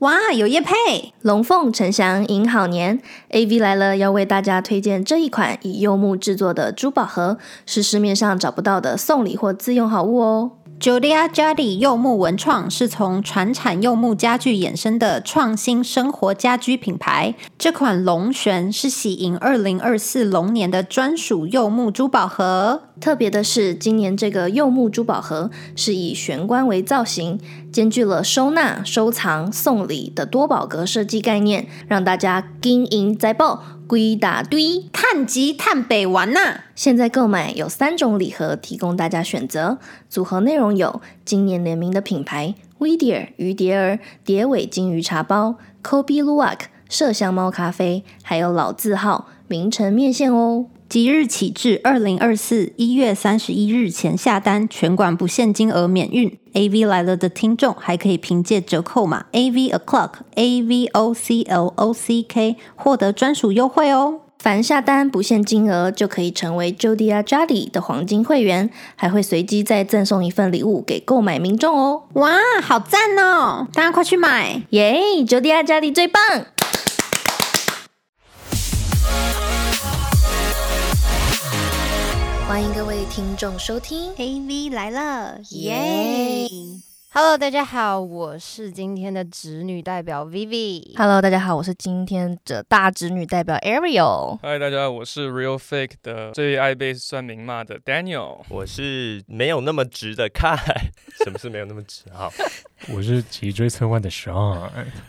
哇，有叶配！龙凤呈祥迎好年，AV 来了要为大家推荐这一款以柚木制作的珠宝盒，是市面上找不到的送礼或自用好物哦。 Julia Jolly 柚木文创是从传产柚木家具衍生的创新生活家居品牌。这款龙旋是喜迎二零二四龙年的专属柚木珠宝盒。特别的是，今年这个柚木珠宝盒是以玄关为造型，兼具了收纳、收藏、送礼的多宝格设计概念，让大家金银财宝归大堆。探极探北玩呐、现在购买有三种礼盒提供大家选择，组合内容有今年联名的品牌 v d e r 鱼蝶儿、蝶尾金鱼茶包、Kobe Luwak 麝香猫咖啡，还有老字号名城面线哦。即日起至二零二四一月三十一日前下单，全馆不限金额免运。AV 来了的听众还可以凭借折扣码 AV O'clock A V O C L O C K 获得专属优惠哦。凡下单不限金额就可以成为 Jodia Jolly 的黄金会员，还会随机再赠送一份礼物给购买民众哦！哇，好赞哦！大家快去买！耶、j o d i a Jolly 最棒！欢迎各位听众收听， AV 来了，耶 Hello，大家好，我是今天的侄女代表 Vivi。 Hello，大家好，我是今天的大侄女代表 Ariel。嗨，大家，我是 Real Fake 的最爱被算命骂的 Daniel。我是没有那么直的看，什么是没有那么直？好，我是脊椎侧弯的哎 Sean，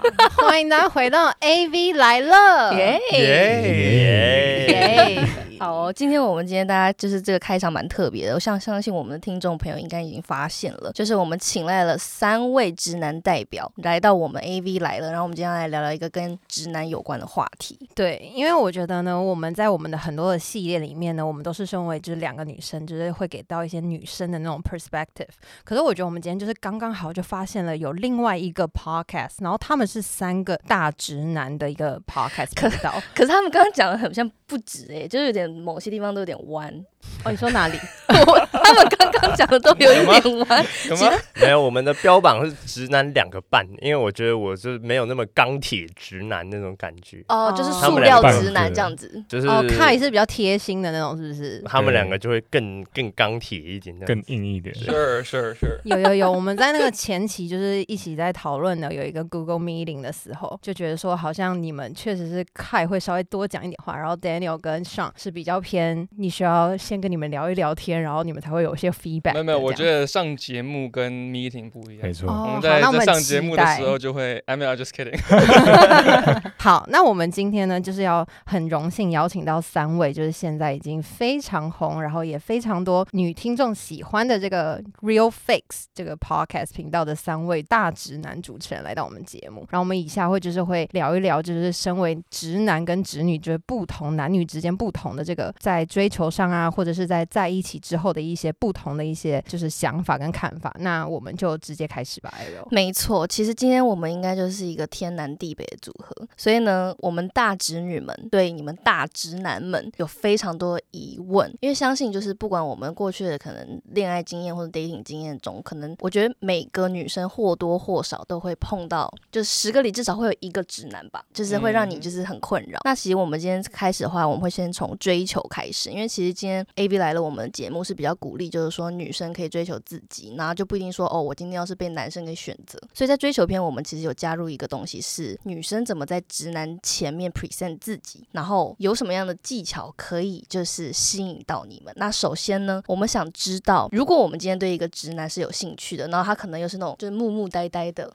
欢迎大家回到 AV 来了，耶！耶耶！耶！好哦、今天我们今天大家就是这个开场蛮特别的，我相相信我们的听众朋友应该已经发现了，就是我们请来了三位直男代表来到我们 AV 来了，然后我们今天要来聊聊一个跟直男有关的话题。对，因为我觉得呢，我们在我们的很多的系列里面呢，我们都是身为就是两个女生，就是会给到一些女生的那种 perspective。可是我觉得我们今天就是刚刚好就发现了有另外一个 podcast，然后他们是三个大直男的一个 podcast 可频道。可是他们刚刚讲的很像不直诶、就是有点某些地方都有点弯。 哦，你说哪里？我他们刚刚讲的都有一点弯，有吗？没有，我们的标榜是直男两个半，因为我觉得我是没有那么钢铁直男那种感觉，哦，就是哦塑料直男这样子。就是哦，看你是比较贴心的那种，是不是？他们两个就会更更钢铁一点，这样更硬一 点。 Sure, sure, sure。有有有，我们在那个前期就是一起在讨论的，有一个 Google Meeting 的时候，就觉得说好像你们确实是 Kai 会稍微多讲一点话，然后 Daniel 跟 Sean 是比较偏，你需要先跟你们聊一聊天，然后你们才会有一些 feedback 的这样。没有没有，我觉得上节目跟 meeting 不一没样。错，哦，我们好在那我在们上期节目的待时候就会，I mean, I'm just kidding。 好，那我们今天呢，就是要很荣幸邀请到三位，就是现在已经非常红，然后也非常多女听众喜欢的这个 Real Fix 这个 podcast 频道的三位大直男主持人来到我们节目。然后我们以下会就是会聊一聊，就是身为直男跟直女，就是不同男女之间不同的这个在追求上啊，或者是在在一起之后的一些不同的一些就是想法跟看法。那我们就直接开始吧，Ariel。没错，其实今天我们应该就是一个天南地北的组合，所以呢，我们大直女们对你们大直男们有非常多的疑问，因为相信就是不管我们过去的可能恋爱经验或者 dating 经验中，可能我觉得每个女生或多或少都会碰到，就十个里至少会有一个直男吧，就是会让你嗯就是很困扰。那其实我们今天开始的话，我们会先从追求开始，因为其实今天 A B 来了，我们的节目是比较鼓励，就是说女生可以追求自己，然后就不一定说哦，我今天要是被男生给选择。所以在追求篇，我们其实有加入一个东西是女生怎么在直男前面 present 自己，然后有什么样的技巧可以就是吸引到你们。那首先呢，我们想知道，如果我们今天对一个直男是有兴趣的，然后他可能又是那种就是木木呆呆的，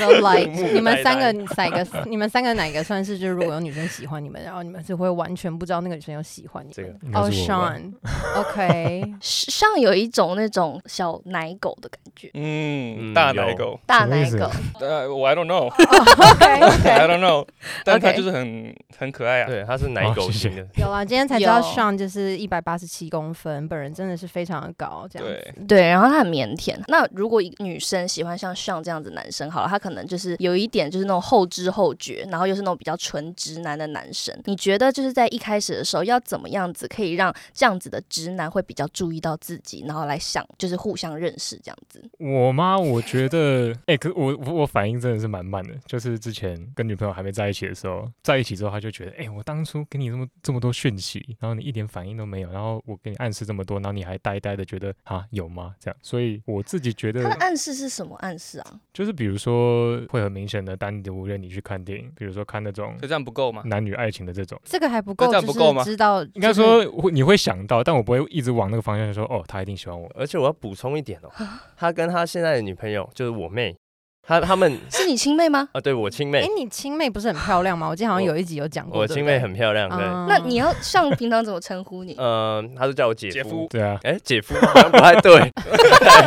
然后 like 木木你们呆三呆个哪个？你们三个哪个算是就是如果有女生喜欢你们，然后你们是会完全不知道那个女生有喜欢你这们个的？应该哦是我吧 ，Sean，OK，上有一种那种小奶狗的感觉，嗯，嗯大有奶狗。大什么意奶思狗。呃，我 I don't know, 哦 OK，OK I don't know。但他 OK 就是很很可爱啊。对，他是奶狗哦谢谢型的， 有啦，今天才知道有 Sean 就是一百八十七公分，本人真的是非常的高，这样对子。对，然后他很腼腆。那如果一个女生喜欢像像这样子男生，好了，他可能就是有一点就是那种后知后觉，然后又是那种比较纯直男的男生。你觉得就是在一开始的时候，要怎么样子可以让这样子的直男会比较注意到自己，然后来想就是互相认识这样子。我妈，我觉得，哎、可我我我反应真的是蛮慢的。就是之前跟女朋友还没在一起的时候，在一起之后，她就觉得，哎、我当初给你这么这么多讯息，然后你一点反应都没有，然后我给你暗示这么多，然后你还呆呆的觉得，啊，有吗？这样，所以我自己觉他的 得，暗示是什么暗示啊？就是比如说会很明显的单独约你去看电影，比如说看那种所以这样不够吗？男女爱情的这种。这个还不那够，这样就不够是吗知道应该就是说会你会想到，但我不会一直往那个方向说，哦，他一定喜欢我。而且我要补充一点哦，啊他跟他现在的女朋友就是我妹，他他们是你亲妹 吗？啊，对我亲哎、妹，你亲妹不是很漂亮吗？我记得好像我有一集有讲过，我对不亲妹对啊嗯很漂亮，对，嗯那你要像平常怎么称 呼呃你？嗯，他就叫我姐姐夫夫，对啊，哎、姐夫好像不太对， 哎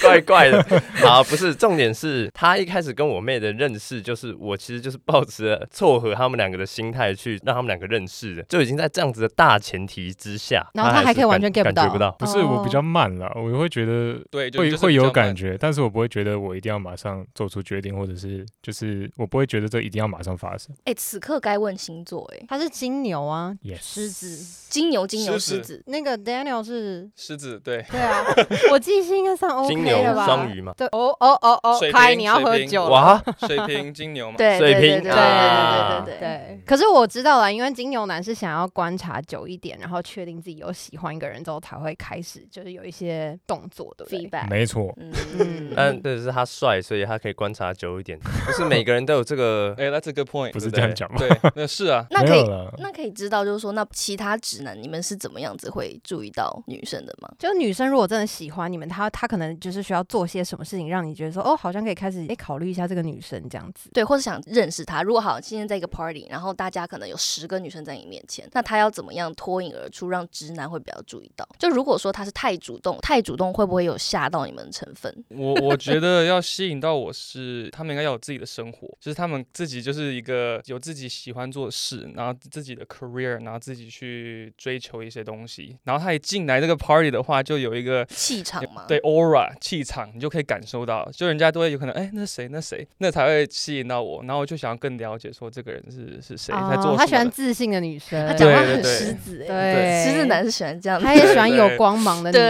怪怪的。好，不是，重点是他一开始跟我妹的认识，就是我其实就是抱持了撮合他们两个的心态去让他们两个认识的，就已经在这样子的大前提之下，然后他是还可以感完全 get 不感觉到不到。不是我哦比较慢了，我会觉得对，就会就是会比较有慢感觉，但是我不会觉得我一定要马上做出决定，或者是就是我不会觉得这一定要马上发生。哎、此刻该问星座、哎，她是金牛啊，狮 Yes，子。金牛，金牛，狮狮子子。那个 Daniel 是，狮子对，对啊，我记性应该算 OK 金牛了吧？双鱼嘛，对，哦哦哦哦，水开瓶你要喝水瓶酒了。哇，水 瓶金牛嘛，对水对对对瓶对啊对对对对。对，可是我知道了，因为金牛男是想要观察久一点，然后确定自己有喜欢一个人之后，才会开始就是有一些动作，对不对？ feedback。没错，嗯，但这是他帅，所以他可以观察久一点。不是每个人都有这个哎，That's a good point 不。是对不这样对讲吗？对，那是啊，那可没有以，了，那可以知道，就是说，那其他直男你们是怎么样子会注意到女生的吗？就女生如果真的喜欢你们，她她可能就是需要做些什么事情，让你觉得说，哦，好像可以开始诶考虑一下这个女生这样子。对，或是想认识他。如果好，今天在一个 party，然后大家可能有十个女生在你面前，那他要怎么样脱颖而出，让直男会比较注意到？就如果说他是太主动，太主动会不会有吓到你们的成分？我我觉得要吸引到我是，他们应该要有自己的生活，就是他们自己就是一个有自己喜欢做的事，然后自己的 career，然后自己去追求一些东西。然后他一进来这个 party 的话，就有一个气场啊吗？对 aura 气场，你就可以感受到，就人家都会有可能，哎，那谁那谁，那才会吸引到我。然后我就想要更了解说这个人是是谁，在做什哦么的。她喜欢自信的女生，他讲话对很对狮子、欸，对狮子男是喜欢这样子。她也喜欢对有光芒的女对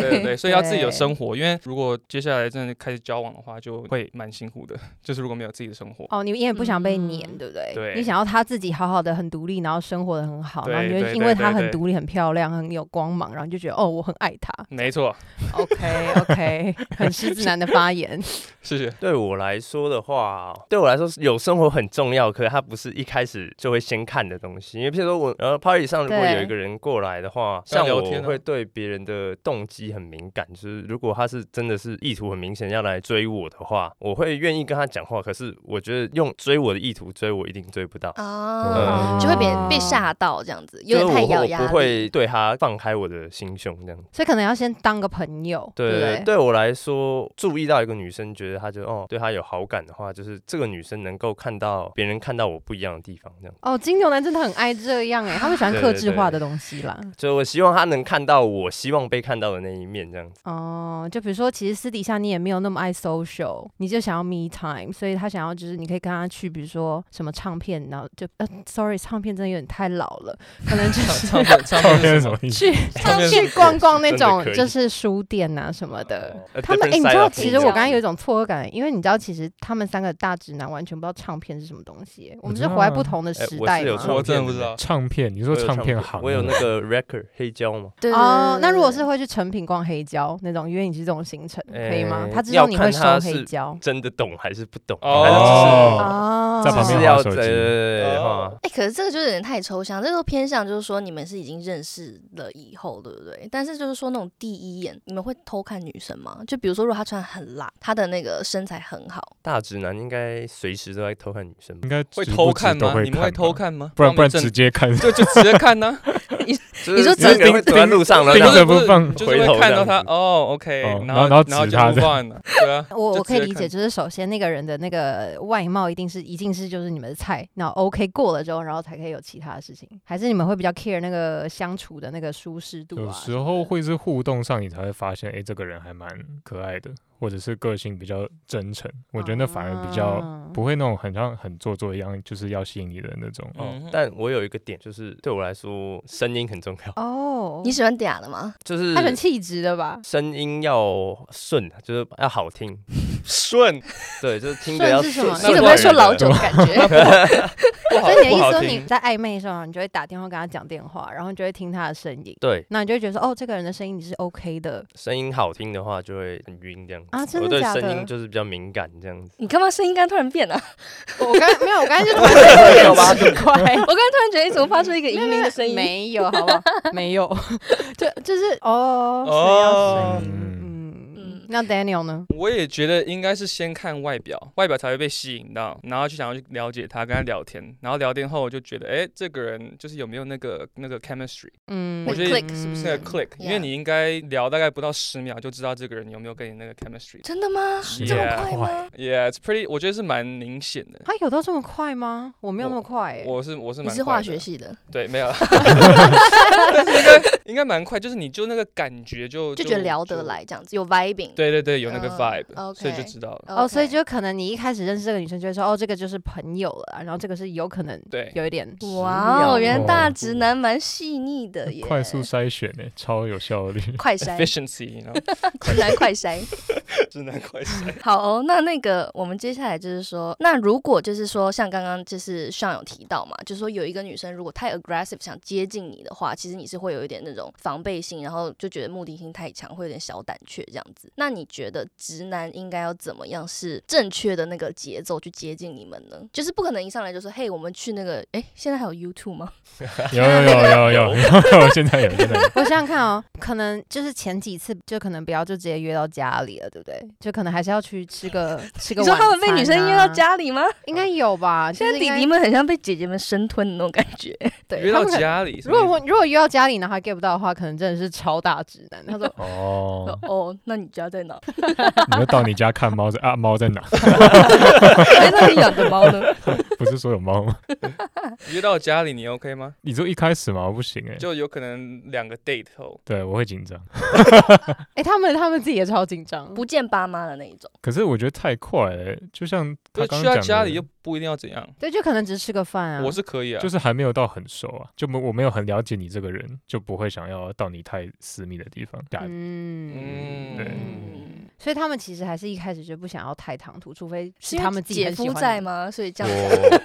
生。对对，所以要自己有对生活，因为如果接下来真的开始交往的话，就会蛮辛苦的。 就是如果没有自己的生活，哦，你也不想被黏，嗯对不对？对你想要她自己好好的、很独立，然后生活的很好，对然后你对会因对为她对很对独立、很漂亮、很有光芒，然后你就觉得哦，我很爱 她。没错， OK OK，很 狮子男的发 言。谢谢。对我来说的话，对我来说是有生活很重要，可是它不是一开始就会先看的东西。因为譬如说我，呃，party 上如果对有一个人过来的话，跟他像聊我天啊会对别人的动机很敏感，就是如果他是真的是意图很明显要来追我的话，我会愿意跟他讲话。可是我觉得用追我的意图追我一定追不到，啊，嗯就会被被吓到这样子，有就点太是我咬我牙不力会对他放开我的心胸这样。所以可能要先当个朋友，对不对，对我来说，注意到一个女生，觉得她就哦对她有好感的话，就是这个女生能够看到别人看到我不一样的地方，这样。哦，金牛男真的很爱这样哎，他们喜欢对克对制对化的东西啦。所以我希望她能看到我希望被看到的那一面，这样子。哦，就比如说，其实私底下你也没有那么爱 social，你就想要 me time，所以他想要就是你可以跟他去，比如说什么唱片，然后就呃，sorry，唱片真的有点太老了，可能就是唱片唱后片是面什是什么嗯 么？意思？去唱片去是逛逛那真的种可以哦就是书店啊什么的。 A 他们 different 哎、你知 side 道， of 其 me，实我这刚刚样欸有一种错愕感，因为你知道，其实他们三个大直男完全不知道唱片是什么东西、欸我们知是道活在啊不同的哎时我代是有嘛。错我真的不知道。唱片，你说我有唱唱片片行，我有那个 record 黑胶嘛，对对对哦对，那对如果是对会去成品逛黑胶那种，约你去这种行程，可以吗哎？他知道你要看会他收是黑胶真的懂还是不懂？哦还是哦在旁只是只边是要滑手对机对对对哦哈。哎、可是这个就有点太抽象，这个偏向就是说你们是已经认识了以后，对不对？但是就是说那种第一眼，你们会偷看女生吗？就比如说，如果她穿很辣，她的那个身材很好，大直男应该随时都在偷看女生吧应，该会直偷不直看都吗？你们会吧偷？看吗？不然帮不然你直正接看，就就 直接看呢？说就是有只一个人会走在路上了，对盯然后着不是不是 放就是回会头看到这样他子哦，OK，哦然然后然然后后指就他 move on 了，对啊，我我就直可以接理解，看就是首先那个人的那个外貌一定是一定是就是你们的菜，那 OK 过了之后，然后才可以有其他的事情，还是你们会比较 care 那个相处的那个舒适度有啊？时候会是互动上，你才会发现，哎，这个人还蛮可爱的，或者是个性比较真诚。我觉得那反而比较啊不会那种很像很做作一样，就是要吸引你的那种。哦，嗯，但我有一个点，就是对我来说，声音很重要，哦，你喜欢嗲的吗？就是他选气质的吧？声音要顺，就是要好听，顺 对，就是听着顺要是什么？那你不怎么会好说听老九的感觉？ 不好所以你的不意思好说你听。在暧昧的时候，你就会打电话跟他讲电话，然后你就会听他的声音，对，那你就会觉得说，哦，这个人的声音你是 OK 的，声音好听的话就会很晕这样子。啊真的我对假的声音就是比较敏感这样子。你干嘛声音刚刚突然变了、啊？我刚才没有，我刚才就突然间有点 奇怪。 我刚刚突然觉得你怎么发出一个音哎没音有的声音？没有，好不好？没有，就就是哦，哦谁要声音，嗯嗯嗯。那 Daniel 呢？我也觉得应该是先看外表，外表才会被吸引到，然后就想要去了解他，跟他聊天，然后聊天后我就觉得，哎、这个人就是有没有那个那个 chemistry，嗯，我觉得 click 是不是是那个 click，因 Yeah 为你应该聊大概不到十秒就知道这个人有没有跟你那个 chemistry。真的吗？ Yeah 这么快吗？ Yeah, it's pretty，我觉得是蛮明显的。他有到这么快吗？我没有那么快欸，我是我是你蛮是快化的学系的，对，没有，但是应该应该蛮快，就是你就那个感觉就就觉得聊得，来这样子，有 vibing。就对对对，有那个嗯 vibe，、所以就 OK 知道了。 OK，哦，所以就可能你一开始认识这个女生，就会说哦，这个就是朋友了啊，然后这个是有可能对有一点哇啊哦，原来大哦直男蛮细腻的耶，快速筛选呢、超有效 率。快筛， efficiency，然后直男快筛。直男快筛。好哦，那那个我们接下来就是说，那如果就是说像刚刚就是上有提到嘛，就是说有一个女生如果太 aggressive 想接近你的话，其实你是会有一点那种防备心，然后就觉得目的性太强，会有点小胆怯这样子。那你觉得直男应该要怎么样是正确的那个节奏去接近你们呢？就是不可能一上来就说，嘿，我们去那个，哎，现在还有 YouTube 吗？有有有有有， 有，现在有现在有。 我想想看哦，可能就是前几次就可能不要就直接约到家里了，对不对？就可能还是要去吃 个吃个、你晚说他们被餐女生约到啊，家里吗？应该有 吧？就现在是弟应该弟们很像被姐姐们生吞的那种感觉。对约他到们可能家里，如果我如果约到家里，然后还 get 不到的话，可能真的是超大直男。 他说哦，哦，那你家在哪？你就到你家看猫在啊，猫在哪？ 哎，那你养的猫呢？不是说有猫吗？我约到家里，你 OK 吗？你说一开始嘛，我不行哎、就有可能两个 date 后，对，我会紧张。：“哎、他们他们自己也超紧张。不见爸妈的那一种。可是我觉得太快了、就像就他是刚刚去讲到的家里又不一定要怎样”，对，就可能只是吃个饭啊。我是可以啊，就是是还没有到很熟啊，就没我没有很了解你这个人，就不会想要到你太私密的地方。对啊嗯嗯对嗯，所以他们其实还是一开始就不想要太唐突，除非是因为他们自己姐很喜夫欢在的吗？所以这样我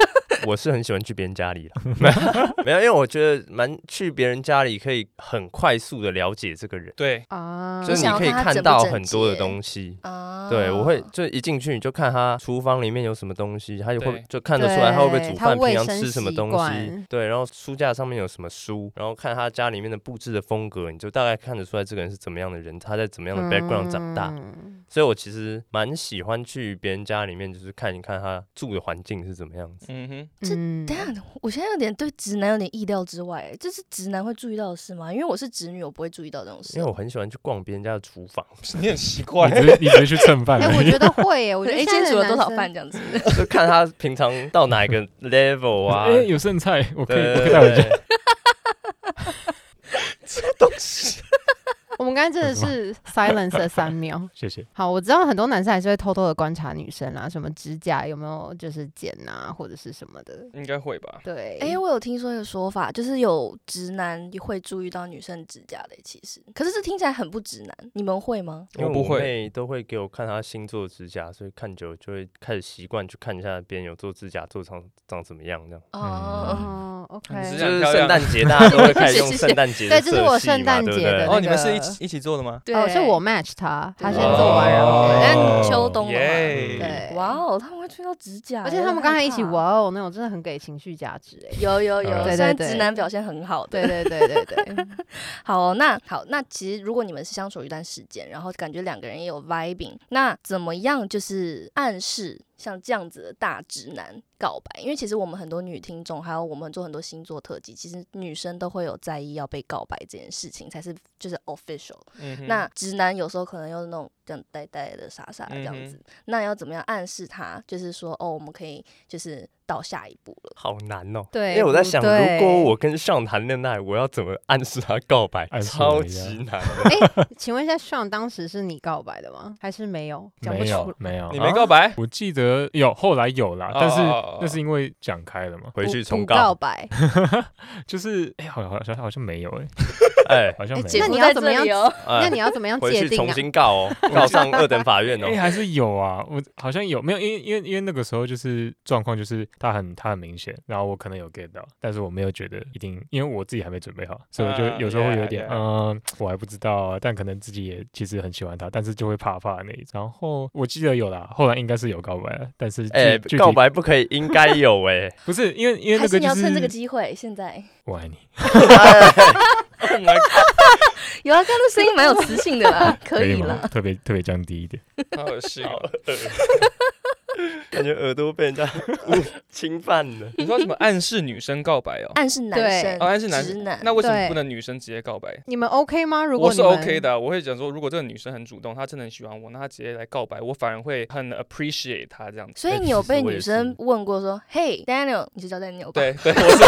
我是很喜欢去别人家里的， 没有，因为我觉得蛮去别人家里可以很快速的了解这个人，对，啊。就是你你想要可以看他看整不到整很多的洁东西。啊嗯对，我会就一进去你就看他厨房里面有什么东西，他就会对就看得出来他会不会对煮他饭，卫平常生吃什么习东惯西，对，然后书架上面有什么书，然后看他家里面的布置的风格，你就大概看得出来这个人是怎么样的人，他在怎么样的 background 长大。嗯所以我其实蛮喜欢去别人家里面，就是看一看他住的环境是怎么样子。嗯哼，这嗯等 一下，我现在有点对直男有点意料之外，这是直男会注意到的事吗？因为我是直女，我不会注意到这种事因为。我很喜欢去逛别人家的厨房， 你很奇怪啊 你，只是你只是去蹭饭哎、而我已觉。得会耶，我觉得一现天在煮的哎了多男少生饭这样子？ 就看他平常到哪一个 level 啊。哎，有剩菜，我可以对我可以带回对家。对我们刚才真的是 silence 了三秒。谢谢。好，我知道很多男生还是会偷偷的观察女生啊，什么指甲有没有就是剪啊，或者是什么的。应该会吧？对，哎、我有听说一个说法，就是有直男会注意到女生指甲的，其实，可是这听起来很不直男，你们会吗？我因为不会妹都会给我看她新做的指甲，所以看久了就会开始习惯去看一下别人有做指甲做成长怎么样这样。哦、哦，OK，你指就甲是很漂亮圣诞节大家都会开始用谢谢圣诞节对的这色是系嘛，我圣诞节的对不哦，对你们是那一个起一起做的吗？对，哦，是我 match 他，他对先做完，然后哦但哦秋冬了嘛耶对，哇哦，他们会注意到指甲，而且他们刚才一起玩。哇哦，那种真的很给情绪价值哎。有有有，嗯虽对然对直对男表现很好的， 对对对对 对，好哦、那好，那其实如果你们是相处一段时间，然后感觉两个人也有 vibing，那怎么样就是暗示像这样子的大直男告白，因为其实我们很多女听众，还有我们做很多星座特辑，其实女生都会有在意要被告白这件事情，才是就是 official。嗯哼那直男有时候可能又是那种这样呆呆的、傻傻的这样嗯子，那要怎么样暗示他？就是说，哦，我们可以就是到下一步了。好难哦。对因为我在想，不嗯对如果我跟上谈恋爱，我要怎么暗示他告白？暗示超我一下级 难。请问一下，Sean 当时是你告白的吗？还是没有？讲不没出有。没有你，啊没告 白，我记得有后来有啦，哦但是哦哦哦那是因为讲开了嘛， 回去不重不告告，白，就是哎，好好像好像没有哎， 哎好像哎，没姐那有夫你要在怎这么里哦，那哎，你要怎么样 回界去定重啊？新告 哦，告上二等法院哦哎，。还是有啊，我好像有没有？因为因为因为那个时候就是状况，就是他很他很明显，然后我可能有 get 到，但是我没有觉得一定，因为我自己还没准备好，所以我就嗯有时候会有 yeah，点 yeah 嗯，我还不知道啊，但可能自己也其实很喜欢他，但是就会怕怕的那一种。然后我记得有啦，后来应该是有告白了，但是具哎，具体告白不可以，应该有哎。 不是因为因为还那是个你就要是趁这个机会，现在我爱你，哎 Oh my god，有啊，刚刚声音蛮有磁性的 啦，可以吗啦？。特别特别降低一点，好恶心哦！感觉耳朵被人家 侵犯了。你说什么暗示女生告白哦？暗示男对生，哦暗示男直男， 那为什么对不能女生直接告白？你们 OK 吗？如果我你是们 OK 的啊，我会讲说，如果这个女生很主动，她真的很喜欢我，那她直接来告白，我反而会很 appreciate 她这样子。所以哎你其有实被我也女生是问过说嘿 Daniel，你就叫 Daniel 吧。 对对，我是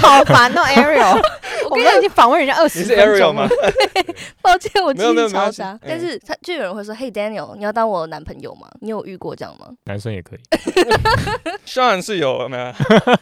好烦哦，Ariel，我们都已经访问人家二十你是分钟 Ariel 了 吗？？抱歉，我没记有没有忆没超关系差嗯。啊但是他就有人会说：“嘿，Daniel，你要当我男朋友吗？”你有遇过这样吗？男生也可以。当然是有没有？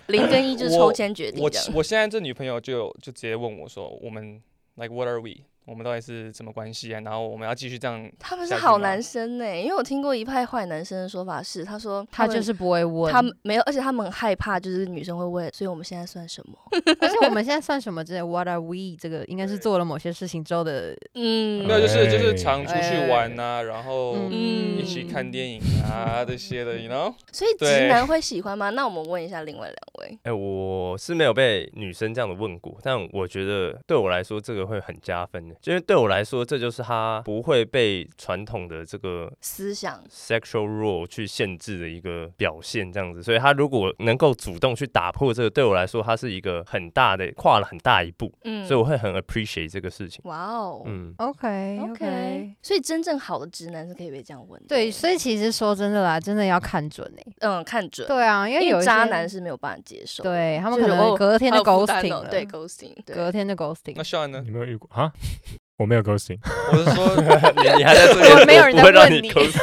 零跟一就是抽签决定我这样。我现在这女朋友就有就直接问我说，我们 like what are we？我们到底是什么关系啊？然后我们要继续这样他们是下一句好吗男生呢、因为我听过一派坏男生的说法是，他说他们就是不会问 他们没有，而且他们很害怕，就是女生会问，所以我们现在算什么？而且我们现在算什么之类？What are we？这个应该是做了某些事情之后的，嗯没有，就是就是哎常出去玩呐、然后哎嗯，一起看电影啊这些的，you know？所以直对男会喜欢吗？那我们问一下另外两位，哎、我是没有被女生这样的问过，但我觉得对我来说这个会很加分的，因为对我来说这就是他不会被传统的这个思想 sexual rule 去限制的一个表现，这样子。所以他如果能够主动去打破这个，对我来说他是一个很大的跨了很大一步，嗯所以我会很 appreciate 这个事情。哇哦、 嗯， OK OK，所以真正好的直男是可以被这样问的。对，所以其实说真的啦，真的要看准哎、嗯，看准，对啊，因为因有为一渣些男，是没有办法接受的。对他们就可是能哦隔天好就有负担 ghosting 哦了，对 ghosting，隔对，天就 ghosting 那。Sean 呢你？没有遇过啊？我没有 ghosting，我是 说，你你还在这边，我没有我人不在会让问你你 抠死。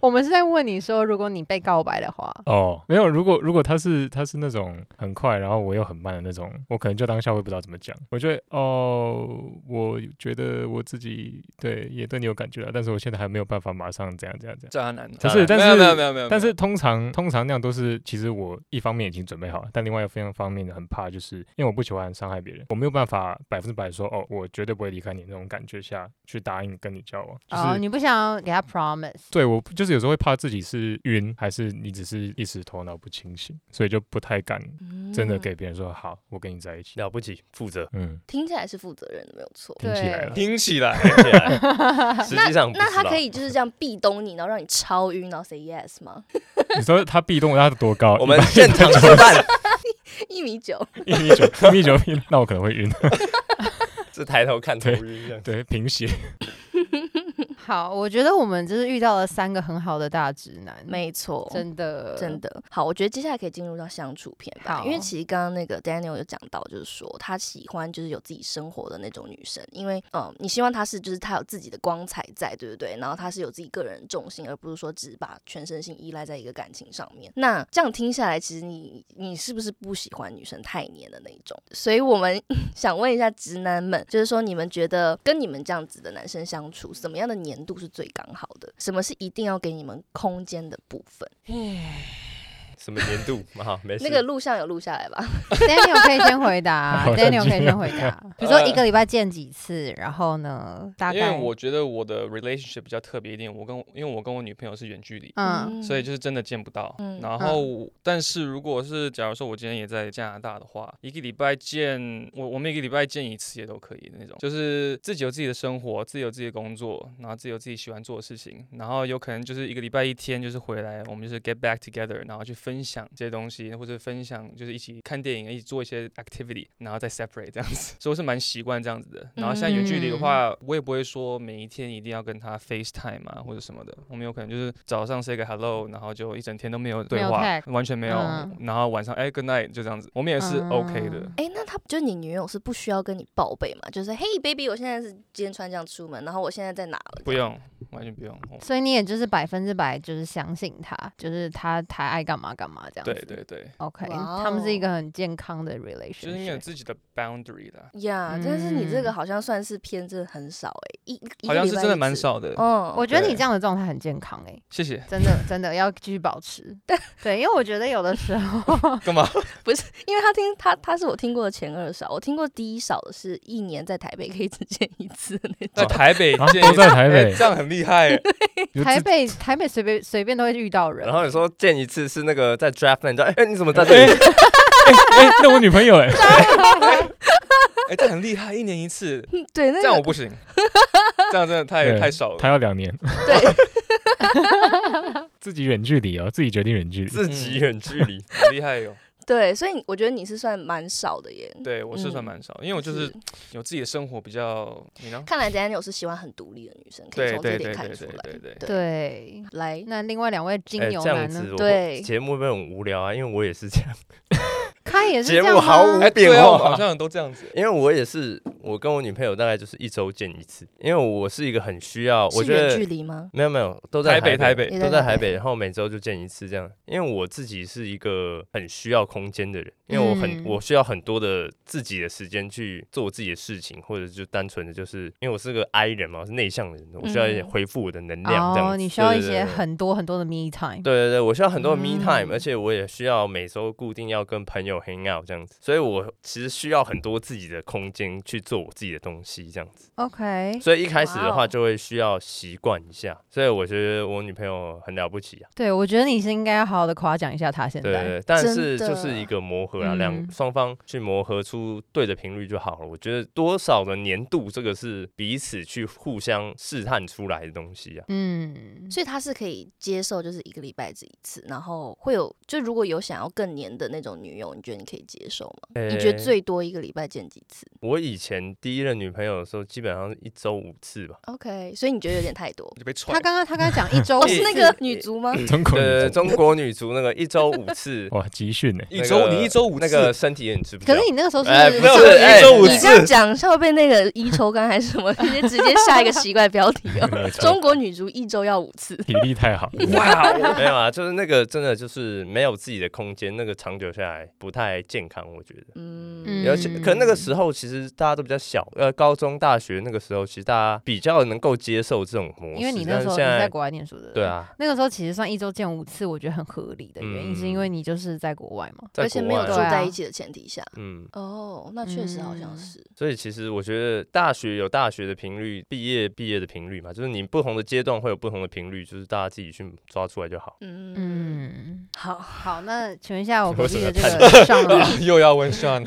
我们是在问你说，如果你被告白的话， 哦，没有。如果如果他是他是那种很快，然后我又很慢的那种，我可能就当下会不知道怎么讲。我就会哦，我觉得我自己对也对你有感觉啊了，但是我现在还没有办法马上怎样怎样怎样。渣男。啊不当是，然但没有没有没是有没有，但是通常通常那样都是，其实我一方面已经准备好了，但另外一方方面很怕，就是因为我不喜欢伤害别人，我没有办法百分之百说哦，我绝对不会离开你那种感觉下去答应跟你交往。就是、哦，你不想要给他 promise， 对我不就是有时候会怕自己是晕，还是你只是一时头脑不清醒，所以就不太敢真的嗯给别人说好，我跟你在一起。了不起，负责嗯， 听起来是负责任的，没有错。听起来了。 听起来，看起来，啊实际嗯上不那他知道可以就是这样壁咚你，然后让你超晕，然后 say yes 吗？你说他壁咚我，他多高？我们现场示范，一米九，一米九，一米九，那我可能会晕。是抬头看头晕这样。对，贫血。好，我觉得我们就是遇到了三个很好的大直男，没错，真的真的好，我觉得接下来可以进入到相处篇吧，好因为其实刚刚那个 Daniel 有讲到，就是说他喜欢就是有自己生活的那种女生，因为嗯，你希望她是就是她有自己的光彩在，对不对？然后她是有自己个人重心，而不是说只把全身心依赖在一个感情上面。那这样听下来，其实你你是不是不喜欢女生太黏的那一种？所以我们 想问一下直男们，就是说你们觉得跟你们这样子的男生相处，什么样的黏度是最刚好的？什么是一定要给你们空间的部分？什么年 度？好，没事。那个录像有录下来吧？ Daniel 可以先回 答好，Daniel 神可以经先哦回答。比如说一个礼拜见几次，然后呢，大因概为我觉得我的 relationship 比较特别一点，我跟因为我跟我女朋友是远距离，嗯 所以就是真的见不到。嗯然后，但是如果是假如说我今天也在加拿大的话，一个礼拜见我，我们一个礼拜见一次也都可以的那种，就是自己有自己的生活，自己有自己的工作，然后自己有自己喜欢做的事情，然后有可能就是一个礼拜一天就是回来，我们就是 get back together，然后去分分享这些东西，或者分享就是一起看电影，一起做一些 activity，然后再 separate 这样子，所以我是蛮习惯这样子的。然后现在远距离的话，我也不会说每一天一定要跟他 FaceTime 啊或者什么的，我们有可能就是早上 say 个 hello，然后就一整天都没有对没有话， text 完全没有，嗯然后晚上哎 good night 就这样子，我们也是 OK 的。嗯哎、那他就你女友是不需要跟你报备嘛？就是嘿，baby，我现在是今天穿这样出门，然后我现在在哪了？不用，完全不用。哦所以你也就是百分之百就是相信他，就是他他爱干嘛干嘛这样子。对对对， ，OK，哇哦他们是一个很健康的就是你有 relationship。自己的 boundary 啦，呀但是你这个嗯好像算是偏真的很少哎、一一好像是真的蛮。少哦的。哦嗯，我觉得你对这样的状态很健康哎、谢谢，真的真的要继续保持。对，因为我觉得有的时候干嘛？不是，因为他听他他是我听过的前二少，我听过第一少的是一年在台北可以只见一次的那在种。 台北啊见都在台哎北这样很厉害欸。有台自北台北随便随便都会遇到人，然后你说见一次是那个在 draftman，哎、哎你怎么在这里？哎、那我女朋友哎、哎，这很厉害，一年 一次，嗯对，那这样我个不行，这样真的太对太少了。她要两年，对，自己远距离哦，自己决定远距 离。自己远距离，很厉害哟，对，所以我觉得你是算蛮少的耶。对我是算嗯蛮少，因为我就是有自己的生活比较，你呢？看来 Daniel 是喜欢很独立的女生，可以对从这对点对看对出对来。对对， 对。来，那另外两位 金哎牛这样男呢？子我对节目会不会很无聊啊？因为我也是这样， 他也是节这样目毫吗无哎，对变啊我化，们好像都这样子。因为我也是，我跟我女朋友大概就是一周见一次，因为我是一个很需要，我是觉远距得离吗？没有没有都在台北台台北都在台也在台北北，然后每周就见一次这样。因为我自己是一个很需要空间的人，因为我很、嗯我需要很多的自己的时间去做我自己的事情，或者就单纯的就是因为我是个 I 人嘛，我是内向的人，我需要一点嗯恢复我的能量这样子。哦，你需要一对对些对对很多很多的 me time。对对对，我需要很多的 me time，、嗯而且我也需要每周固定要跟朋友 hang out 这样子，所以我其实需要很多自己的空间去做我自己的东西这样子， OK，所以一开始的哇话哦就会需要习惯一下，所以我觉得我女朋友很了不起啊，对我觉得你是应该要好好的夸奖一下他现对对在。对，但真是就的是一个磨合啊，嗯两双方去磨合出对的频率就好了，我觉得多少的年度这个是彼此去互相试探出来的东西啊。嗯，所以他是可以接受，就是一个礼拜只一次，然后会有就如果有想要更黏的那种女友，你觉得你可以接受吗？你觉得诶最多一个礼拜见几次我以前第一任女朋友的时候，基本上是一周五次吧。 ？OK，所以你觉得有点太多我？ 就被踹他。刚刚他刚刚讲一周哦，一是那次个女足嗯吗？中国对女对，生，中国女足那个一周五 次哇，集训哎、哦一那周个你一周五那次个身体也很吃不消可 是你那个时候是哎不是上哎一周五你这样次，讲是会被那个一抽干还是什么？直接直接下一个奇怪标题 哦。没错中国女足一周要五次，体力太好，哇哦，没有啊，就是那个真的就是没有自己的空间，那个长久下来不太健康，我觉得。嗯，而且，可那个时候其实大家都比较小，呃，高中、大学那个时候，其实大家比较能够接受这种模式。因为你那但时是候你现是在在国外念书的，对。啊，那个时候其实算一周见五次，我觉得很合理的原因，是因为嗯你就是在国外嘛。在而且国没有外住对啊在一起的前提下，嗯，哦，那确实好像嗯是。所以其实我觉得大学有大学的频率，毕业毕业的频率嘛，就是你不同的阶段会有不同的频率，就是大家自己去抓出来就好。嗯嗯，嗯，好，好，那请问一下我隔为什壁么的这要 个上了， 又要问 Sean，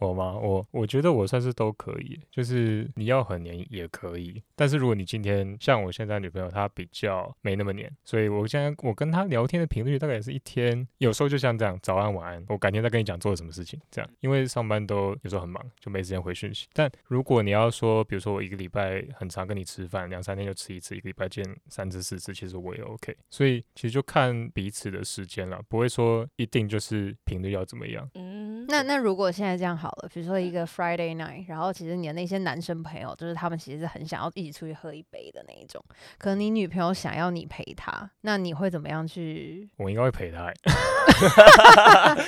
我吗？我我觉得我算是都可以，就是你要很黏也可以，但是如果你今天像我现在女朋友，她比较没那么黏，所以我现在我跟她聊天的频率大概也是一天，有时候就像这样，早安晚安，我改天再跟你讲做了什么事情，这样，因为上班都有时候很忙，就没时间回讯息。但如果你要说，比如说我一个礼拜很常跟你吃饭，两三天就吃一次，一个礼拜见三次四次，其实我也 OK。所以其实就看彼此的时间了，不会说一定就是频率要怎么样。嗯，那那如果现在这样好了，比如说一个 Friday night，然后其实你的那些男生朋友，就是他们其实是很想要一起出去喝一杯的那一种，可能你女朋友想要你陪她，那你会怎么样去？ 我应该会陪她欸、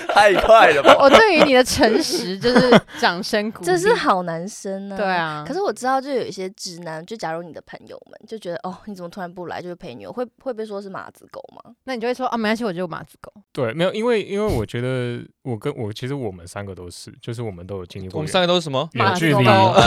太快了吧！我对于你的诚实就是掌声鼓 励，这是好男生呢、对。啊，可是我知道，就有一些直男，就假如你的朋友们就觉得，哦，你怎么突然不来，就是陪女友，会会被说是马子狗吗？那你就会说啊，没关系，我就马子狗，对，没有，因为因为我觉得我跟我其实我们三个都是，就是我们都有经历我过们远三个都是什么？ 远距离，马远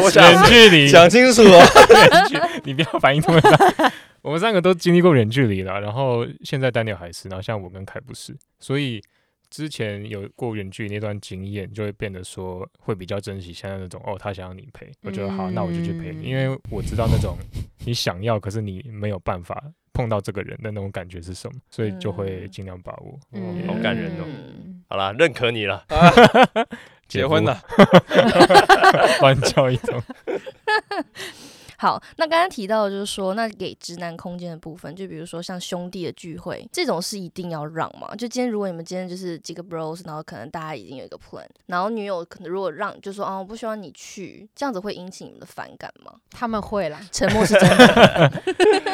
我想距离，讲清楚哦。远距， 你不要反应这么大。 我们三个都经历过远距离了，然后现在丹尼尔还是，然后像我跟凯不是，所以之前有过远距离那段经验，就会变得说会比较珍惜现在那种哦，他想要你嗯陪，我觉得好，那我就去陪你，因为我知道那种你想要可是你没有办法碰到这个人的那种感觉是什么，所以就会嗯尽量把握。嗯，好感人哦嗯好啦，认可你了， 结婚了， 乱叫一通，好，那刚刚提到的就是说，那给直男空间的部分，就比如说像兄弟的聚会这种是一定要让嘛？就今天如果你们今天就是几个 bros，然后可能大家已经有一个 plan，然后女友可能如果让就说啊我不希望你去，这样子会引起你们的反感吗？ 他们会啦，沉默是真 的，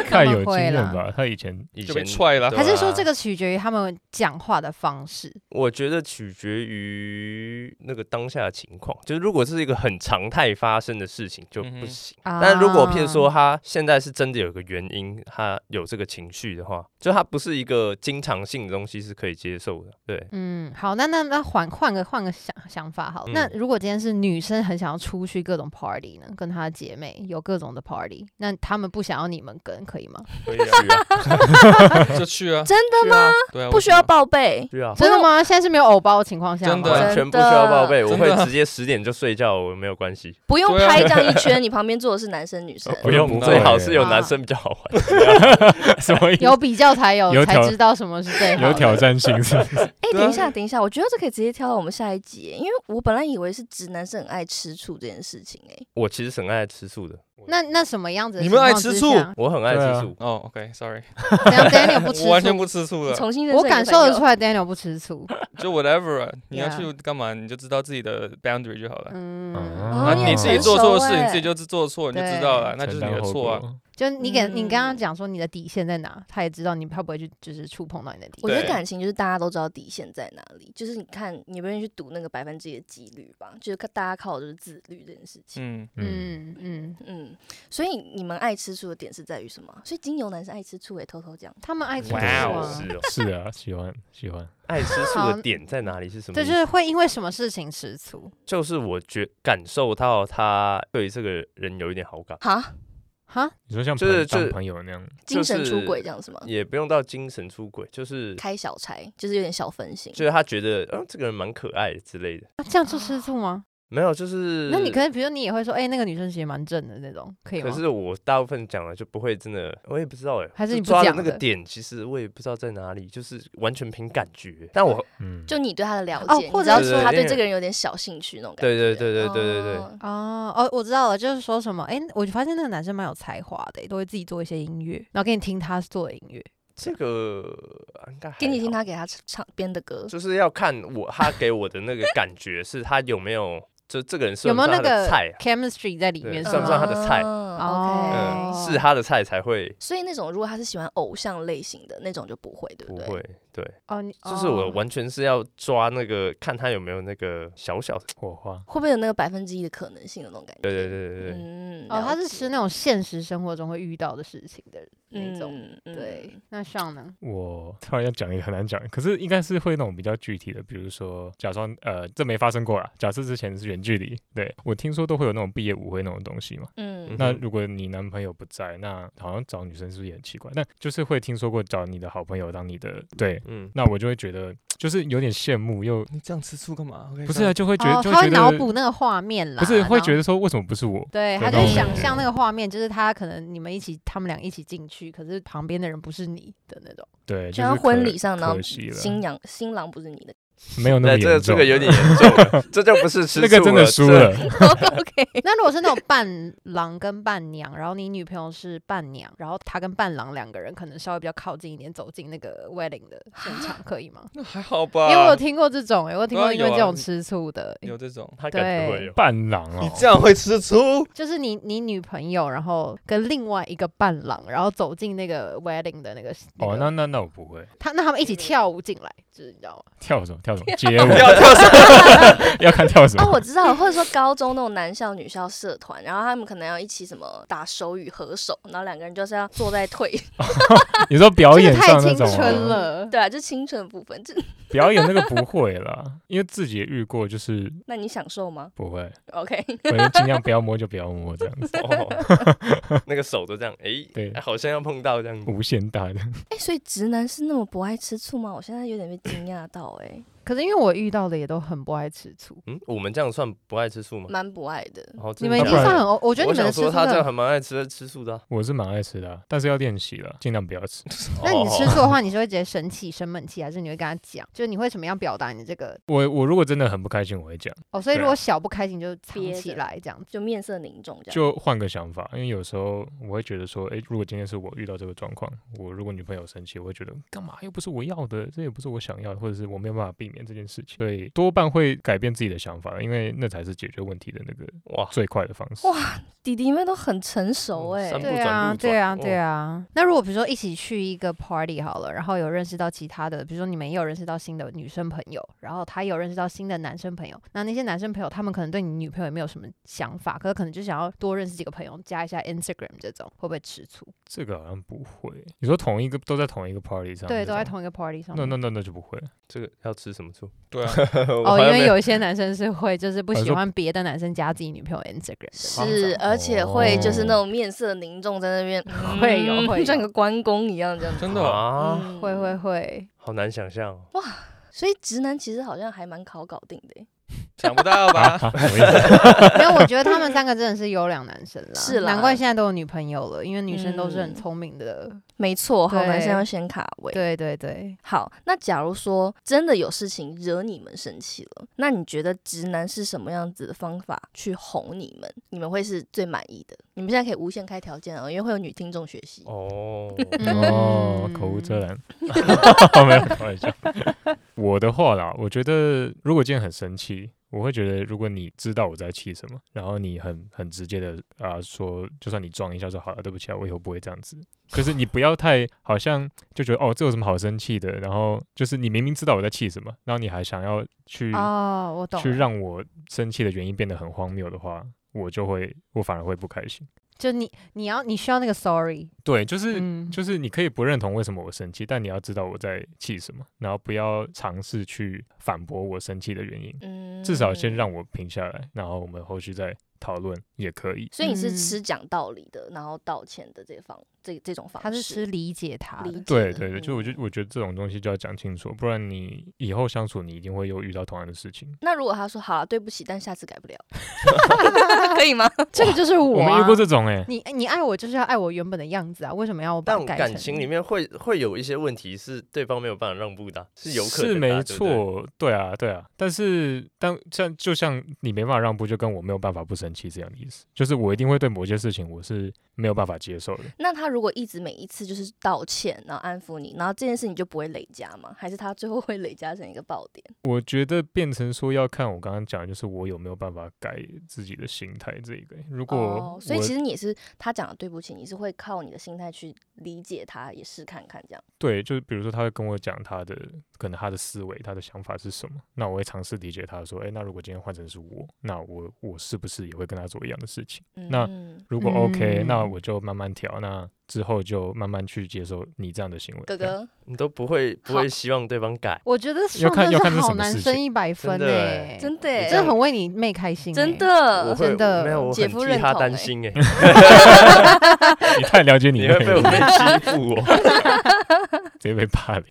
太有经会验啦吧？他以前 以就被前踹了对。还是说啊这个取决于他们讲话的方式？我觉得取决于那个当下的情况，就是如果是一个很常态发生的事情就嗯不哼行。啊但如果譬如说他现在是真的有个原因，他有这个情绪的话，就他不是一个经常性的东西是可以接受的。对， 嗯，好，那那那换换个换个想想法好了。嗯那如果今天是女生很想要出去各种 party 呢，跟她的姐妹有各种的 party，那她们不想要你们跟，可以 吗？可以需要啊， 就去啊，真的去啊，对啊，不为需什要么报备。需要。真的吗？现在是没有偶包的情况下真吗？的啊完真全不需要报备，我真会的直接十点就睡觉，我没有关系。不用对啊拍这样一圈，你旁边坐的是男生女 生，不用用，不最会好是有啊男生比较好玩。什么意思有比较才有有才挑知道什么是最好的。 有挑战 性是不是？哎、对啊等一下，等一下，我觉得这可以直接跳到我们下一集耶，因为我本来以为是直男是很爱吃醋这件事情，哎，我其实很爱吃醋的，那那什么样子的你情们况爱之下？吃醋我很爱对吃啊醋。哦，OK，sorry，怎样？Daniel 不吃 我完全醋，不吃醋你的，重新认我识一个感朋受友得出来 Daniel 不吃醋。就 whatever，啊你要 Yeah 去干嘛，你就知道自己的 boundary 就好了。嗯，哦那啊你自己做错的事，成熟你欸哎自己就知做错，你就知道了，那就是你的错啊。 啊！就你给你刚刚嗯讲说你的底线在哪，他也知道你会不会去就是触碰到你的底我线。觉得对感情就是大家都知道底线在哪里，就是你看你不愿意去赌那个百分之一的几率吧，就是看大家靠的就是自律这件事情。嗯，嗯，嗯嗯，嗯，所以你们爱吃醋的点是在于什么？所以金牛男是爱吃醋诶、欸偷偷讲，他们爱吃醋哇哦啊。是哦，是啊，喜欢喜欢，爱吃醋好的点在哪里是什么对，意就思？是会因为什么事情吃醋就是我觉感受到他对这个人有一点好感，哈，哈？啊你说像就朋是就当是朋友那样，精神就是出轨这样是吗？也不用到精神出轨，就是开小差就是有点小分心，就是他觉得嗯这个人蛮可爱的之类的，啊这样就吃醋吗？没有就是那你可能比如说你也会说，哎，那个女生其实蛮正的那种，可以吗可？是我大部分讲了就不会真的，我也不知道哎，还是就你不抓的讲那个的点，其实我也不知道在哪里，就是完全凭感觉。但我嗯，就你对他的了哦解，你或知者道是说他因对为这个人有点小兴趣那种感对觉。对对对对对对，哦哦哦，我知道了，就是说什么，哎，我就发现那个男生蛮有才华的，都会自己做一些音乐，然后给你听他做的音乐。这个啊应该还给你听好他给他唱编的歌，就是要看我他给我的那个感觉是他有没有，就这个人是有没有那个菜啊， chemistry 在里面对是算不算吗？他的菜哦哦嗯， ，OK，是他的菜才会所以那种如果他是喜欢偶像类型的那种就不会，对不对？会对，哦，你就是我哦完全是要抓那个看他有没有那个小小的，火花。会不会有那个百分之一的可能性的那种感觉？对对对对对，嗯，哦，了他是解吃那种现实生活中会遇到的事情的那种。嗯对，那上呢？我突然要讲一个很难讲，可是应该是会那种比较具体的，比如说，假装呃，这没发生过啦，假设之前是远距离，对我听说都会有那种毕业舞会那种东西嘛。嗯嗯那如果你男朋友不在，那好像找女生是不是也很奇怪？但就是会听说过找你的好朋友当你的对，嗯，那我就会觉得就是有点羡慕，又你这样吃醋干嘛？不是啊，就会觉得、哦，就他会会觉脑得补那个画面啦，不是会觉得。得说为什么不是我？对，对他就那会种想感觉象那个画面，就是他可能你们一起，他们俩一起进去，可是旁边的人不是你的那种。 对，就就像是婚可礼上，然后可惜新了，娘新郎不是 你的嗯没有那么对，严这个这重。个 有点严重了，这就不是吃醋那个真的输这了， ，OK，那如果是那种伴郎跟伴娘，然后你女朋友是伴娘，然后他跟伴郎两个人可能稍微比较靠近一点，走进那个 wedding 的现场，可以吗？那 还好吧？啊因为我有听过这种、欸，我有听对啊过因为有这啊种吃醋的、有这种， 他感觉会对有。伴郎 哦，样会吃醋？就是你你女朋友，然后跟另外一个伴郎，然后走进那个 wedding 的那个哦，个那那那我不会他那他们一起跳舞进来，就是你知道吗？跳什么跳什么街舞，跳什么？ 要看跳什啊哦，么。我知道了，或者说高中那种男校女校社团，然后他们可能要一起什么打手语合手，然后两个人就是要坐在腿，你说表这个演太上那青种啊、春了，对啊，就青春的部分。这 表演那个不会啦，因为自己也遇过，就是那你享受吗不会， ？OK，我就尽量不要摸就不要摸这样子， 哦那个手都这样，哎，对好像要碰到这样子。无限大的。哎，所以直男是那么不爱吃醋吗？我现在有点被惊讶到，哎，可是因为我遇到的也都很不爱吃醋，嗯，我们这样算不爱吃素吗？蛮不爱的。哦，你真的们已假经的算很欧，我觉得我你们想的吃说醋他这样的，很蛮爱吃吃素的啊。我是蛮爱吃的啊，但是要练习了，尽量不要吃。那你吃哦醋的话，你是会直接生气、生闷气，还是你会跟他讲？就是你会怎么样表达你这个？我我如果真的很不开心，我会讲，哦，所以对啊如果小不开心就藏憋起着来这样子。就面色凝重这样，就换个想法，因为有时候我会觉得说，诶，如果今天是我遇到这个状况，我如果女朋友生气，我会觉得干嘛又不是我要的，这也不是我想要的，或者是我没有办法避免这件事情，所以多半会改变自己的想法，因为那才是解决问题的那个哇，最快的方哦式。哇弟弟妹都很成熟嗯哎、三不步对转啊，路对转啊，对哦啊。那如果比如说一起去一个 party 好了，然后有认识到其他的，比如说你们也有认识到新的女生朋友，然后他也有认识到新的男生朋友。那那些男生朋友，他们可能对你女朋友也没有什么想法，可是可能就想要多认识几个朋友，加一下 Instagram 这种，会不会吃醋？这个好像不会，你说同一个都在同一个 party 上，对，都啊在。同一个 party 上那面那。那那就不会，这个要吃什么醋？对啊，哦哦，因为有一些男生是会就是不还是喜说欢别的男生加自己女朋友 Instagram 的。是，而且会就是那种面色凝重在那 边，嗯哦会有会有 像个关公一样这样子。真的哦、啊，嗯会会 会，好难想象哦。所以直男其实好像还蛮好搞定的欸、想不到吧？啊 什么意思因为我觉得他们三个真的是优良男生啦，是啦难怪现在都有女朋友了，因为女生都是很嗯聪明的。没错，好男生对要先卡位。对对对，好，那假如说真的有事情惹你们生气了，那你觉得直男是什么样子的方法去哄你们？你们会是最满意的？你们现在可以无限开条件哦，因为会有女听众学习。哦，哦嗯，口无遮拦， 没有开玩笑。我的话啦，我觉得如果今天很生气，我会觉得如果你知道我在气什么，然后你很很直接的啊、说，就算你装一下说好了，对不起啊，我以后不会这样 子。就是你不要太好像就觉得哦，这有什么好生气的？然后就是你明明知道我在气什么，然后你还想要去、哦，我懂嗯去了。让我生气的原因变得很荒谬的话，我就会我反而会不开心。就你你要你需要那个 sorry，对，就是嗯，就是你可以不认同为什么我生气，但你要知道我在气什么，然后不要尝试去反驳我生气的原因，嗯至少先。让我平下来，然后我们后续再讨论也可以。所以你是嗯吃讲道理的，然后道歉的这方这这种方式。他是吃理解他理的解。对的对对，就我就嗯我觉得这种东西就要讲清楚，不然你以后相处你一定会又遇到同样的事情。那如果他说好了，对不起，但下次 改不了，可以吗？这个就是我哦我啊们遇过这种哎、你你爱我就是要爱我原本的样子啊，为什么要我把但它我改感成情里面会会有一些问题是对方没有办法让步的啊，是有可能的啊是没。对不对错，对啊对啊，但是但像就像你没办法让步，就跟我没有办法不生气这样的意思，就是我一定会对某些事情我是没有办法接受的。那他如果一直每一次就是道歉，然后安抚你，然后这件事你就不会累加吗？还是他最后会累加成一个爆点？我觉得变成说要看我刚刚讲，的就是我有没有办法改自己的心态这一个。如果我、哦，所以其实你也是他讲的对不起，你是会靠你的心态去理解他，也试看看这样。对，就是比如说他会跟我讲他的可能他的思维、他的想法是什么，那我会尝试理解他说，哎，那如果今天换成是我，那我我是不是也会跟他做一样的事情？那嗯、如果 OK，、嗯那我就慢慢调，那之后就慢慢去接受你这样的行为。哥 这样哥，你都不会不好会希望对方改。我觉得要上看真要看是是好什么难事生情一百分的欸哎欸真的你欸，这真样的很为你妹开心欸，呃真我的，会真的没有，我姐很夫替认他同担欸心哎，你太了解你你妹会妹被我了，们欺负哦。 直接被霸凌。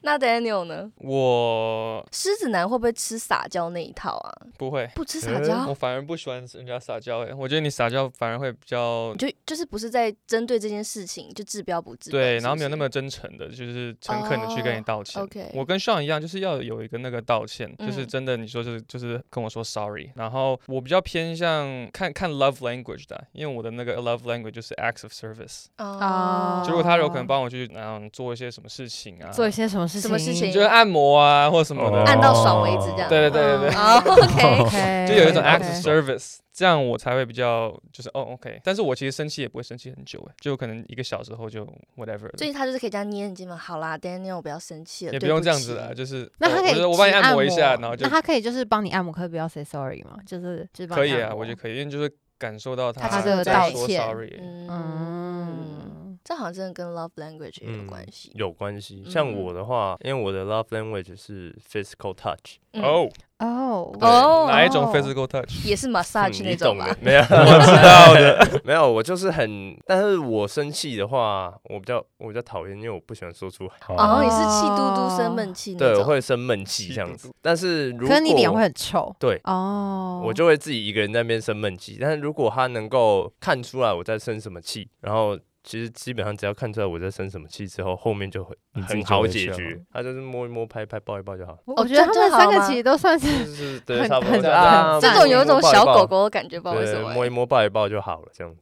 那 Daniel 呢？我狮子男会不会吃撒娇那一套啊？不会，不吃撒嗯娇呃我，反而不喜欢人家撒娇诶、欸我觉得你撒娇反而会比较你就就是不是在针对这件事情就治标不治本，对，是然后不没有那是么真诚的，就是诚恳的去跟你哦道歉。 OK 我跟 Sean 一样，就是要有一个那个道歉，就是嗯真的，你说就是就是跟我说 sorry。然后我比较偏向看看 love language 的啊，因为我的那个 love language 就是 acts of service。哦就如果他有可哦能帮我去嗯做一些什么事情啊，做一些什么事情？什么事情就是按摩啊或什么的，哦按到爽为止这样。对对对对对。哦 OK， OK，就有一种 OK act of service，这样我才会比较就是哦 OK，但是我其实生气也不会生气很久哎，就可能一个小时后就 whatever 所了，以他就是可以这样捏你肩膀，好啦，Daniel 不要生气了，也不对用这样起子啦，就是那哦他可我以就我帮你只按摩摩一下，然后就那他可以就是帮你按摩，可以不要 say sorry 吗？就是就是帮可你以按啊，摩我觉得可以，因为就是感受到他他他在的道说歉 sorry，嗯，嗯，这好像真的跟 love language 也有嗯关系。有关系，像我的话，因为我的 love language 是 physical touch，嗯，哦哦对哦哪一种哦 physical touch？也是嗯 massage 你那懂种的吧？，没有，我知道 的，没有，我就是很，但是我生气的话，我比较我比较讨厌，因为我不喜欢说出来。哦，哦你是气嘟嘟生闷闷气那对，种，我会生闷气气这样嘟子嘟。但是如可果是你脸会很臭。对哦，我就会自己一个人在那边生闷气。但是如果他能够看出来我在生什么气，然后其实基本上只要看出来我在生什么气之后，后面就会你自己很就好会解笑决。他就是摸一摸、拍一拍、抱一抱就好。我哦我觉得他这样 们就好三个吗其实都算 就是是对，很差不多很这样啊很这种有一种小狗，摸狗的感觉，不一知道摸为抱一什抱么对，摸一欸，摸、抱一抱就好了，这样子。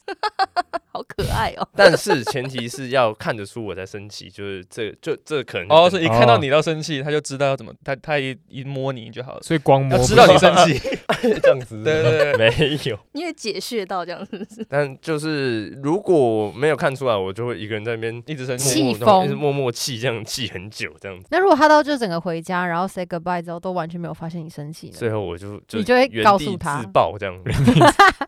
好可爱哦。但是前提是要看得出我在生气，就是这就这可能哦，所是以一看到哦你要生气，他就知道要怎么，他他一一摸你就好了，所以光摸要不知道你是生气。 这样子，对对对，没有。你也解穴到这样子，但就是如果没有看出来，我就会一个人在那边一直生气。默默气疯一直默默气这样气很久这样子。那如果他到就整个回家，然后 say goodbye 之后，都完全没有发现你生气呢？最后我就啊就你就会原告地诉他自爆这样子。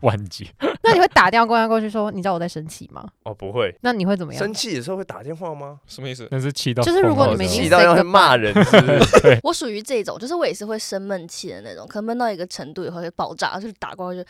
万劫，那你会打电话过来过去说，你知道我在生气吗？哦，不会，那你会怎么生样？气的时候会打电话吗？哦什么意思？但是气到就是疯如果了你们已是经吧气到要会骂人，是不是？ 我属于这种，就是我也是会生闷气的那种，可能闷到一个程度以后会爆炸，就是打过来就，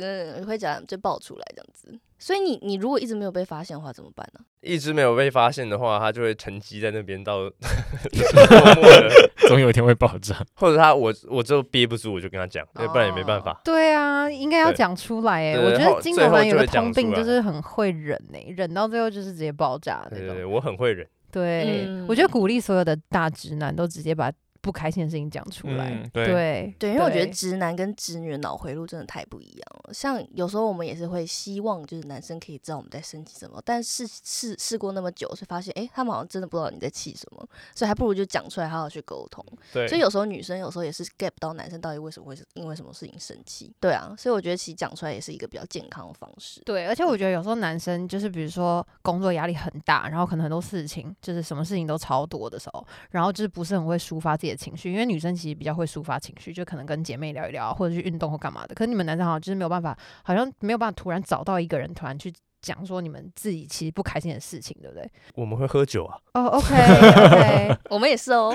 嗯会讲就爆出来这样子。所以你你如果一直没有被发现的话怎么办呢？一直没有被发现的话，他就会沉积在那边到默默的， 总有一天会爆炸。或者他我我就憋不住，我就跟他讲，要不然也没办法。对啊，应该要对讲出来哎、对我觉后得金最牛后男有就个会讲通病出就来是很会忍哎、忍到最后就是直接爆炸哦那对对种对，。我很会忍，对，嗯我觉得鼓励所有的大直男都直接把不开心的事情讲出来。嗯对对对，因为我觉得直男跟直女的脑回路真的太不一样了。像有时候我们也是会希望，就是男生可以知道我们在生气什么，但是试试过那么久，是发现哎，诶他们好像真的不知道你在气什么，所以还不如就讲出来，好好去沟通。对，所以有时候女生有时候也是 get 不到男生到底为什么会是因为什么事情生气。对啊，所以我觉得其实讲出来也是一个比较健康的方式。对，而且我觉得有时候男生就是，比如说工作压力很大，然后可能很多事情就是什么事情都超多的时候，然后就是不是很会抒发自己的情绪，因为女生其实比较会抒发情绪，就可能跟姐妹聊一聊啊，或者去运动或干嘛的。可是你们男生好像就是没有办法，好像没有办法突然找到一个人，突然去讲说你们自己其实不开心的事情，对不对？我们会喝酒啊，哦，OK，OK、o k OK，我们也是哦，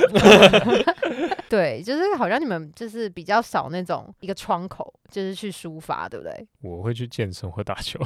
对，就是好像你们就是比较少那种一个窗口，就是去抒发，对不对？我会去健身或打 球，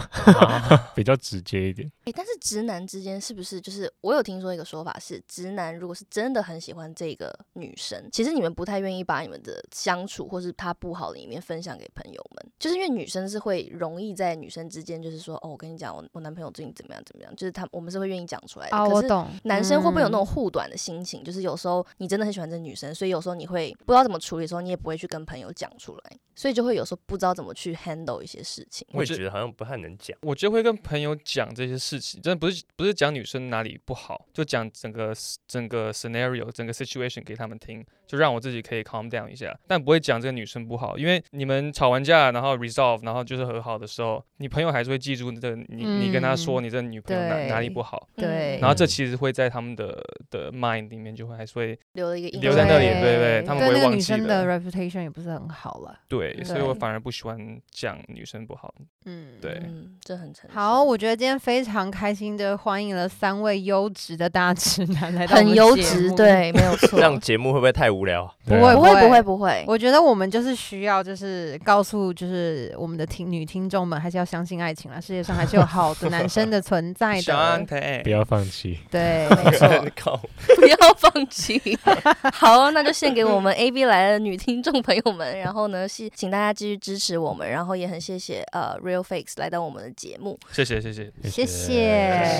比较直接一点。哎、但是直男之间是不是就是我有听说一个说法是，直男如果是真的很喜欢这个女生，其实你们不太愿意把你们的相处或是她不好的一面分享给朋友们，就是因为女生是会容易在女生之间就是说，哦，我跟你讲，我我男朋友最近怎么样怎么样，就是他我们是会愿意讲出来的。啊，可我是懂。男生会不会有那嗯种护短的心情？就是有时候你真的很喜欢这女生，所以有时候你会不知道怎么处理的时候，你也不会去跟朋友讲出来，所以就会有时候不知道怎么去 handle 一些事情。我也觉觉得好像不太能讲。我就会跟朋友讲这些事情，真的不是不是讲女生哪里不好，就讲整个 s- 整个 scenario 整个 situation 给他们听，就让我自己可以 calm down 一下，但不会讲这个女生不好，因为你们吵完架，然后 resolve，然后就是和好的时候，你朋友还是会记住你的你你跟他说嗯你这女朋友哪哪里对不好，对然后这嗯其实会在他们的的 mind 里面就会还是会留了一个印留在那里象对对他们对不会那个忘女记生的的 reputation 也不是很好了。对，所以对我反而不喜欢讲女生不好，嗯，对嗯，这很诚实好，我觉得今天非常开心的欢迎了三位优质的大直男来到我很们优节质，目。对， 啊没有错这。样节目会不会太无聊啊？不对会啊不会不会不会，我觉得我们就是需要，就是告诉，就是我们的听女听众们，还是要相信爱情啦。世界上还是有好的男生的存 在小安的。泰不要放弃。 对，没错， 靠，不要放弃。 好，那就献给我们 A B 来的女听众朋友们。然后呢，是请大家继续支持我们，然后也很谢谢呃 Real Fakes 来到我们的节目。谢谢谢谢，谢谢谢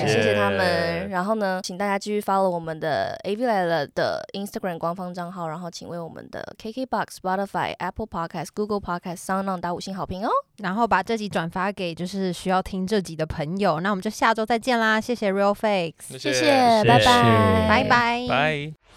谢他谢们。然后呢，请大家继续 follow 我们的 AV 来了的 Instagram 官方账号，然后请为我们的 KKBox、Spotify、Apple Podcast、Google Podcast、Sound On 打五星好评哦。然后把这集转发给就是需要听这集的朋友。那我们就下周再见啦，谢谢 Real Fakes，谢谢拜拜，拜拜，拜。